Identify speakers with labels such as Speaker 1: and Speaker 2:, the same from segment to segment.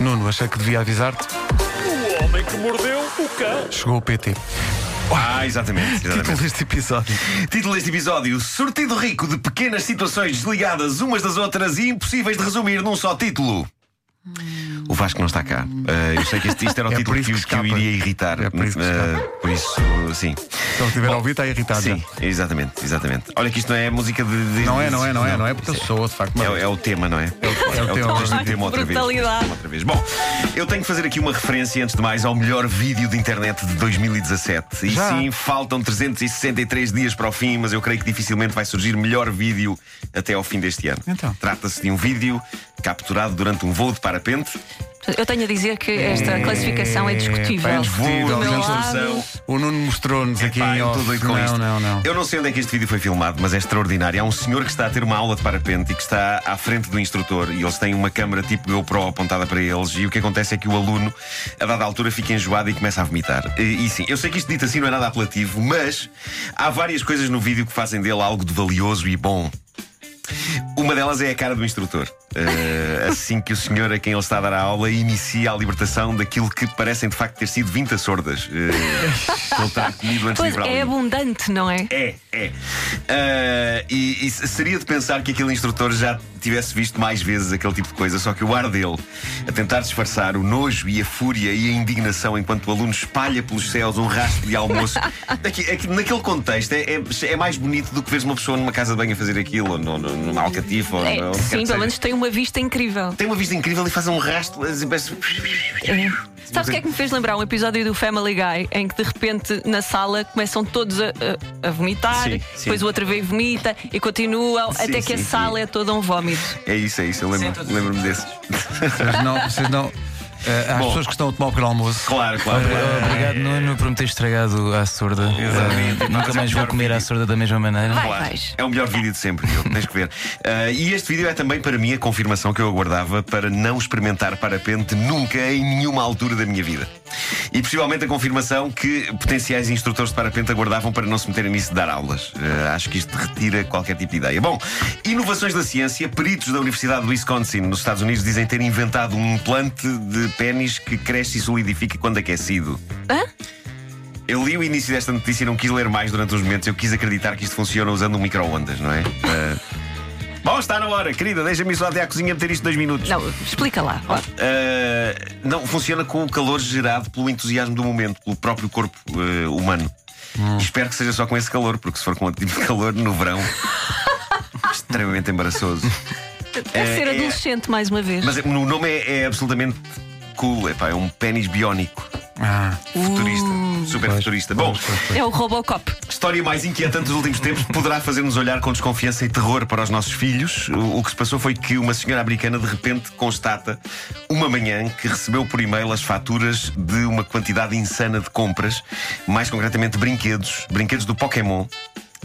Speaker 1: mundo. Achei que devia avisar-te.
Speaker 2: O homem que mordeu o cão.
Speaker 1: Chegou o PT.
Speaker 3: Ah, exatamente.
Speaker 1: Título
Speaker 3: exatamente.
Speaker 1: deste episódio.
Speaker 3: Título deste episódio: Sortido rico de pequenas situações desligadas umas das outras e impossíveis de resumir num só título. O Vasco não está cá. Ah, eu sei que este, isto era o
Speaker 1: É por
Speaker 3: título
Speaker 1: isso
Speaker 3: que, o-
Speaker 1: que
Speaker 3: que o
Speaker 1: escapa.
Speaker 3: iria irritar.
Speaker 1: É por isso que
Speaker 3: Ah, por isso, sim.
Speaker 1: Se ele estiver a ouvir, está tá irritado.
Speaker 3: Sim, exatamente, exatamente. Olha que isto não é música de. de-
Speaker 1: Não é, não é, não é, não é, porque eu
Speaker 3: Isto
Speaker 1: sou, de facto.
Speaker 3: é,
Speaker 1: Mas...
Speaker 3: é, o tema, não é? É
Speaker 1: é o tema.
Speaker 3: Este
Speaker 1: Ai,
Speaker 3: tema outra vez. este
Speaker 4: brutalidade.
Speaker 3: tema outra vez. Bom, eu tenho que fazer aqui uma referência, antes de mais, ao melhor vídeo de internet de 2017. E
Speaker 1: Já?
Speaker 3: sim, faltam 363 dias para o fim, mas eu creio que dificilmente vai surgir melhor vídeo até ao fim deste ano.
Speaker 1: Então.
Speaker 3: Trata-se de um vídeo capturado durante um voo de parapente.
Speaker 4: Eu tenho a dizer que esta classificação é discutível.
Speaker 1: pá, é
Speaker 3: Voo
Speaker 1: discutível,
Speaker 4: Do
Speaker 3: de
Speaker 4: meu
Speaker 1: gente.
Speaker 4: lado,
Speaker 3: instrução.
Speaker 1: O Nuno mostrou-nos aqui
Speaker 3: Epá,
Speaker 1: em
Speaker 3: eu tô
Speaker 1: off.
Speaker 3: doido com
Speaker 1: não,
Speaker 3: isto.
Speaker 1: não, não.
Speaker 3: Eu não sei onde é que este vídeo foi filmado, mas é extraordinário. Há um senhor que está a ter uma aula de parapente e que está à frente do instrutor e eles têm uma câmara tipo GoPro apontada para eles e o que acontece é que o aluno, a dada altura, fica enjoado e começa a vomitar. E, e sim, eu sei que isto dito assim não é nada apelativo, mas há várias coisas no vídeo que fazem dele algo de valioso e bom. Uma delas é a cara do instrutor. Eh, assim que o senhor a quem ele está a dar a aula inicia a libertação daquilo que parecem de facto ter sido 20 sordas. Eh, que ele está comido antes de ir
Speaker 4: Pois
Speaker 3: para a
Speaker 4: é
Speaker 3: linha.
Speaker 4: abundante, não é?
Speaker 3: É, é. Ah, e, e seria de pensar que aquele instrutor já tivesse visto mais vezes aquele tipo de coisa, só que o ar dele, a tentar disfarçar o nojo e a fúria e a indignação enquanto o aluno espalha pelos céus um rastro de almoço, aqui- aqui- naquele contexto é, é- é mais bonito do que veres uma pessoa numa casa de banho a fazer aquilo, ou no- no- numa alcatifa, ou
Speaker 4: É,
Speaker 3: onde quer que
Speaker 4: sim,
Speaker 3: seja.
Speaker 4: pelo menos tem uma vista incrível.
Speaker 3: Tem uma vista incrível e faz um rastro. assim, parece-
Speaker 4: É. Sabes o que é que me fez lembrar um episódio do Family Guy em que de repente na sala começam todos a, a- a vomitar,
Speaker 3: Sim, sim.
Speaker 4: depois o outro vem e vomita e continua
Speaker 3: Sim,
Speaker 4: até que a
Speaker 3: sim,
Speaker 4: sala
Speaker 3: sim.
Speaker 4: é toda um vómito.
Speaker 3: É isso, é isso, eu lembro- lembro-me desses.
Speaker 1: Vocês não. Vocês não eh, há
Speaker 3: Bom.
Speaker 1: pessoas que estão a tomar o pequeno almoço.
Speaker 3: Claro, claro. claro.
Speaker 5: Obrigado, Nuno, por me ter estragado à sorda.
Speaker 3: Exatamente.
Speaker 5: Eh, nunca
Speaker 3: Mas é
Speaker 5: mais
Speaker 3: o
Speaker 5: vou
Speaker 3: melhor
Speaker 5: comer à
Speaker 3: vídeo.
Speaker 5: sorda da mesma maneira.
Speaker 4: Vai.
Speaker 3: Claro,
Speaker 4: vais.
Speaker 3: é o melhor vídeo de sempre, Diogo, tens que ver. Ah, e este vídeo é também para mim a confirmação que eu aguardava para não experimentar parapente nunca em nenhuma altura da minha vida. E possivelmente a confirmação que potenciais instrutores de parapente aguardavam para não se meterem nisso de dar aulas. Ah, acho que isto retira qualquer tipo de ideia. Bom, inovações da ciência, peritos da Universidade do Wisconsin, nos Estados Unidos, dizem ter inventado um implante de pênis que cresce e solidifica quando aquecido. Eu li o início desta notícia e não quis ler mais durante uns momentos. Eu quis acreditar que isto funciona usando um micro-ondas, não é? Ah, Bom, está na hora, querida. Deixa-me ir só até à cozinha meter isto dois minutos.
Speaker 4: Não, explica lá. vá.
Speaker 3: Ah, não, funciona com o calor gerado pelo entusiasmo do momento, pelo próprio corpo ah, humano. Espero que seja só com esse calor, porque se for com outro tipo de calor no verão, extremamente embaraçoso.
Speaker 4: Deve
Speaker 3: É,
Speaker 4: ser
Speaker 3: é-
Speaker 4: adolescente mais uma vez.
Speaker 3: Mas é- o nome é, é absolutamente cool, epá, é um pênis biónico.
Speaker 1: Ah,
Speaker 3: Futurista, super futurista. Bom,
Speaker 4: É o Robocop.
Speaker 3: História mais inquietante dos últimos tempos poderá fazer-nos olhar com desconfiança e terror para os nossos filhos. O, o que se passou foi que uma senhora americana de repente constata, uma manhã, que recebeu por e-mail as faturas de uma quantidade insana de compras, mais concretamente brinquedos, brinquedos do Pokémon.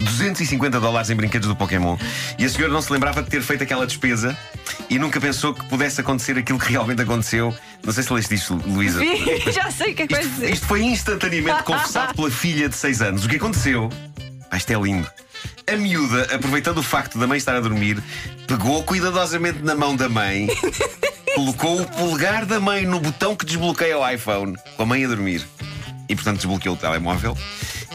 Speaker 3: 250 dólares em brinquedos do Pokémon. E a senhora não se lembrava de ter feito aquela despesa e nunca pensou que pudesse acontecer aquilo que realmente aconteceu. Não sei se leste isto, Luísa.
Speaker 4: Já sei o que é que vais
Speaker 3: Isto,
Speaker 4: dizer.
Speaker 3: isto foi instantaneamente confessado pela filha de 6 anos. O que aconteceu? Ah, isto é lindo. A miúda, aproveitando o facto da mãe estar a dormir, pegou cuidadosamente na mão da mãe, colocou o polegar da mãe no botão que desbloqueia o iPhone, com a mãe a dormir. E portanto desbloqueou o telemóvel.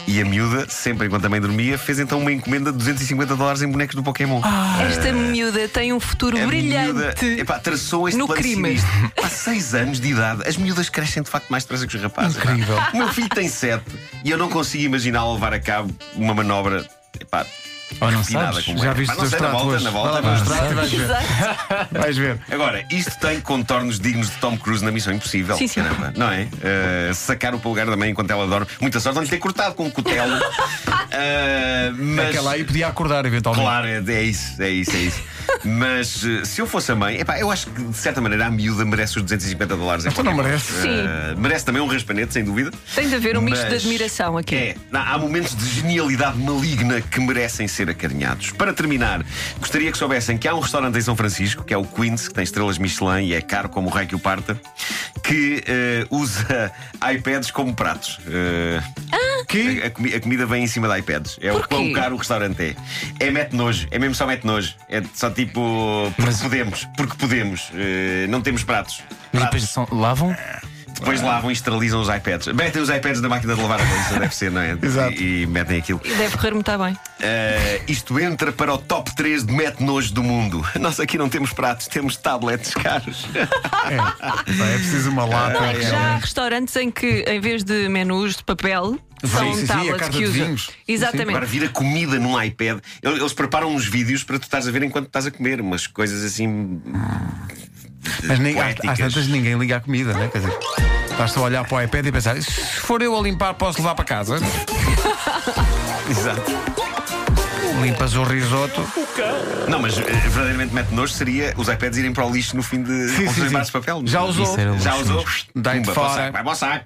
Speaker 3: E a miúda, sempre enquanto a mãe dormia, fez então uma encomenda de 250 dólares em bonecos do Pokémon.
Speaker 4: Ah, Esta miúda tem um futuro
Speaker 3: A é- miúda,
Speaker 4: brilhante.
Speaker 3: epá, traçou este
Speaker 4: No
Speaker 3: plano
Speaker 4: crime.
Speaker 3: sinistro. Há seis anos de idade, as miúdas crescem de facto mais depressa que os rapazes. epá.
Speaker 1: Incrível.
Speaker 3: O meu filho tem sete e eu não consigo imaginar levar a cabo uma manobra. Epá,
Speaker 5: Ou não
Speaker 3: refinada
Speaker 5: sabes?
Speaker 3: como
Speaker 1: já
Speaker 3: é.
Speaker 1: viste
Speaker 3: Epá,
Speaker 1: o
Speaker 3: não
Speaker 1: teu
Speaker 3: sei, na
Speaker 1: extrato
Speaker 3: volta,
Speaker 1: hoje.
Speaker 3: na
Speaker 1: Vai lá
Speaker 3: volta.
Speaker 1: ver o
Speaker 3: mas-
Speaker 1: extrato e vais ver.
Speaker 4: Exato.
Speaker 1: Vais ver.
Speaker 3: Agora, isto tem contornos dignos de Tom Cruise na Missão Impossível.
Speaker 4: Sim, sim.
Speaker 3: Caramba, não é? Eh, sacar o polegar da mãe enquanto ela dorme. Muita sorte não lhe ter cortado com um cutelo. Eh, mas...
Speaker 1: Aquela aí podia acordar eventualmente.
Speaker 3: Claro, é, é isso, é isso, é isso. Mas eh, se eu fosse a mãe, epá, eu acho que de certa maneira a miúda merece os 250 dólares. em
Speaker 1: Então não
Speaker 3: qualquer
Speaker 1: merece.
Speaker 4: Sim.
Speaker 3: Eh, merece também um raspanete, sem dúvida.
Speaker 4: Tem de haver um misto
Speaker 3: Mas-
Speaker 4: de admiração aqui.
Speaker 3: É, há há momentos de genialidade maligna que merecem ser acarinhados. Para terminar, gostaria que soubessem que há um restaurante em São Francisco, que é o Queen's, que tem estrelas Michelin e é caro como o rei que o parta, que eh, usa iPads como pratos. Eh,
Speaker 1: Que?
Speaker 3: a, a comi- a comida vem em cima de iPads. É o
Speaker 4: Ah! Porquê?
Speaker 3: quão caro o restaurante é. É mete nojo, é mesmo só mete nojo. É só tipo, porque
Speaker 5: Mas-
Speaker 3: podemos, porque podemos. Eh, não temos pratos.
Speaker 5: Mas
Speaker 3: Pratos.
Speaker 5: depois são- lavam?
Speaker 3: Depois
Speaker 1: Ah.
Speaker 3: lavam e esterilizam os iPads. Metem os iPads na máquina de lavar a louça, deve ser, não é?
Speaker 1: Exato.
Speaker 3: E, e metem aquilo.
Speaker 4: E deve correr muito
Speaker 1: Tá
Speaker 4: bem.
Speaker 3: Eh, isto entra para o top 3 de mete nojo do mundo. Nós aqui não temos pratos, temos tablets caros.
Speaker 1: É, Pá, é preciso uma lata.
Speaker 4: É que já há restaurantes em que, em vez de menus de papel,
Speaker 1: Sim,
Speaker 4: são
Speaker 1: sim, sim, a
Speaker 4: tablets
Speaker 1: carta
Speaker 4: que
Speaker 1: de
Speaker 4: usam.
Speaker 1: vinhos.
Speaker 4: Exatamente.
Speaker 3: Agora vira comida num iPad. Eles eles preparam uns vídeos para tu estás a ver enquanto estás a comer, umas coisas assim.
Speaker 1: Mas nem, às,
Speaker 3: poéticas.
Speaker 1: às tantas ninguém liga a comida, né? Quer dizer, estás só a olhar para o iPad e pensar: se for eu a limpar, posso levar para casa?
Speaker 3: Exato.
Speaker 1: Limpas o risoto.
Speaker 2: o cão,
Speaker 3: Não, mas eh, verdadeiramente mete nojo seria os iPads irem para o lixo no fim de.
Speaker 1: sim,
Speaker 3: com os
Speaker 1: sim.
Speaker 3: embaixos de papel.
Speaker 1: Já usou.
Speaker 5: Isso era
Speaker 3: Já
Speaker 5: luxo
Speaker 3: usou.
Speaker 5: mesmo.
Speaker 1: Dá-lhe
Speaker 3: Pumba,
Speaker 1: fora.
Speaker 3: para o saco, Vai para o saco.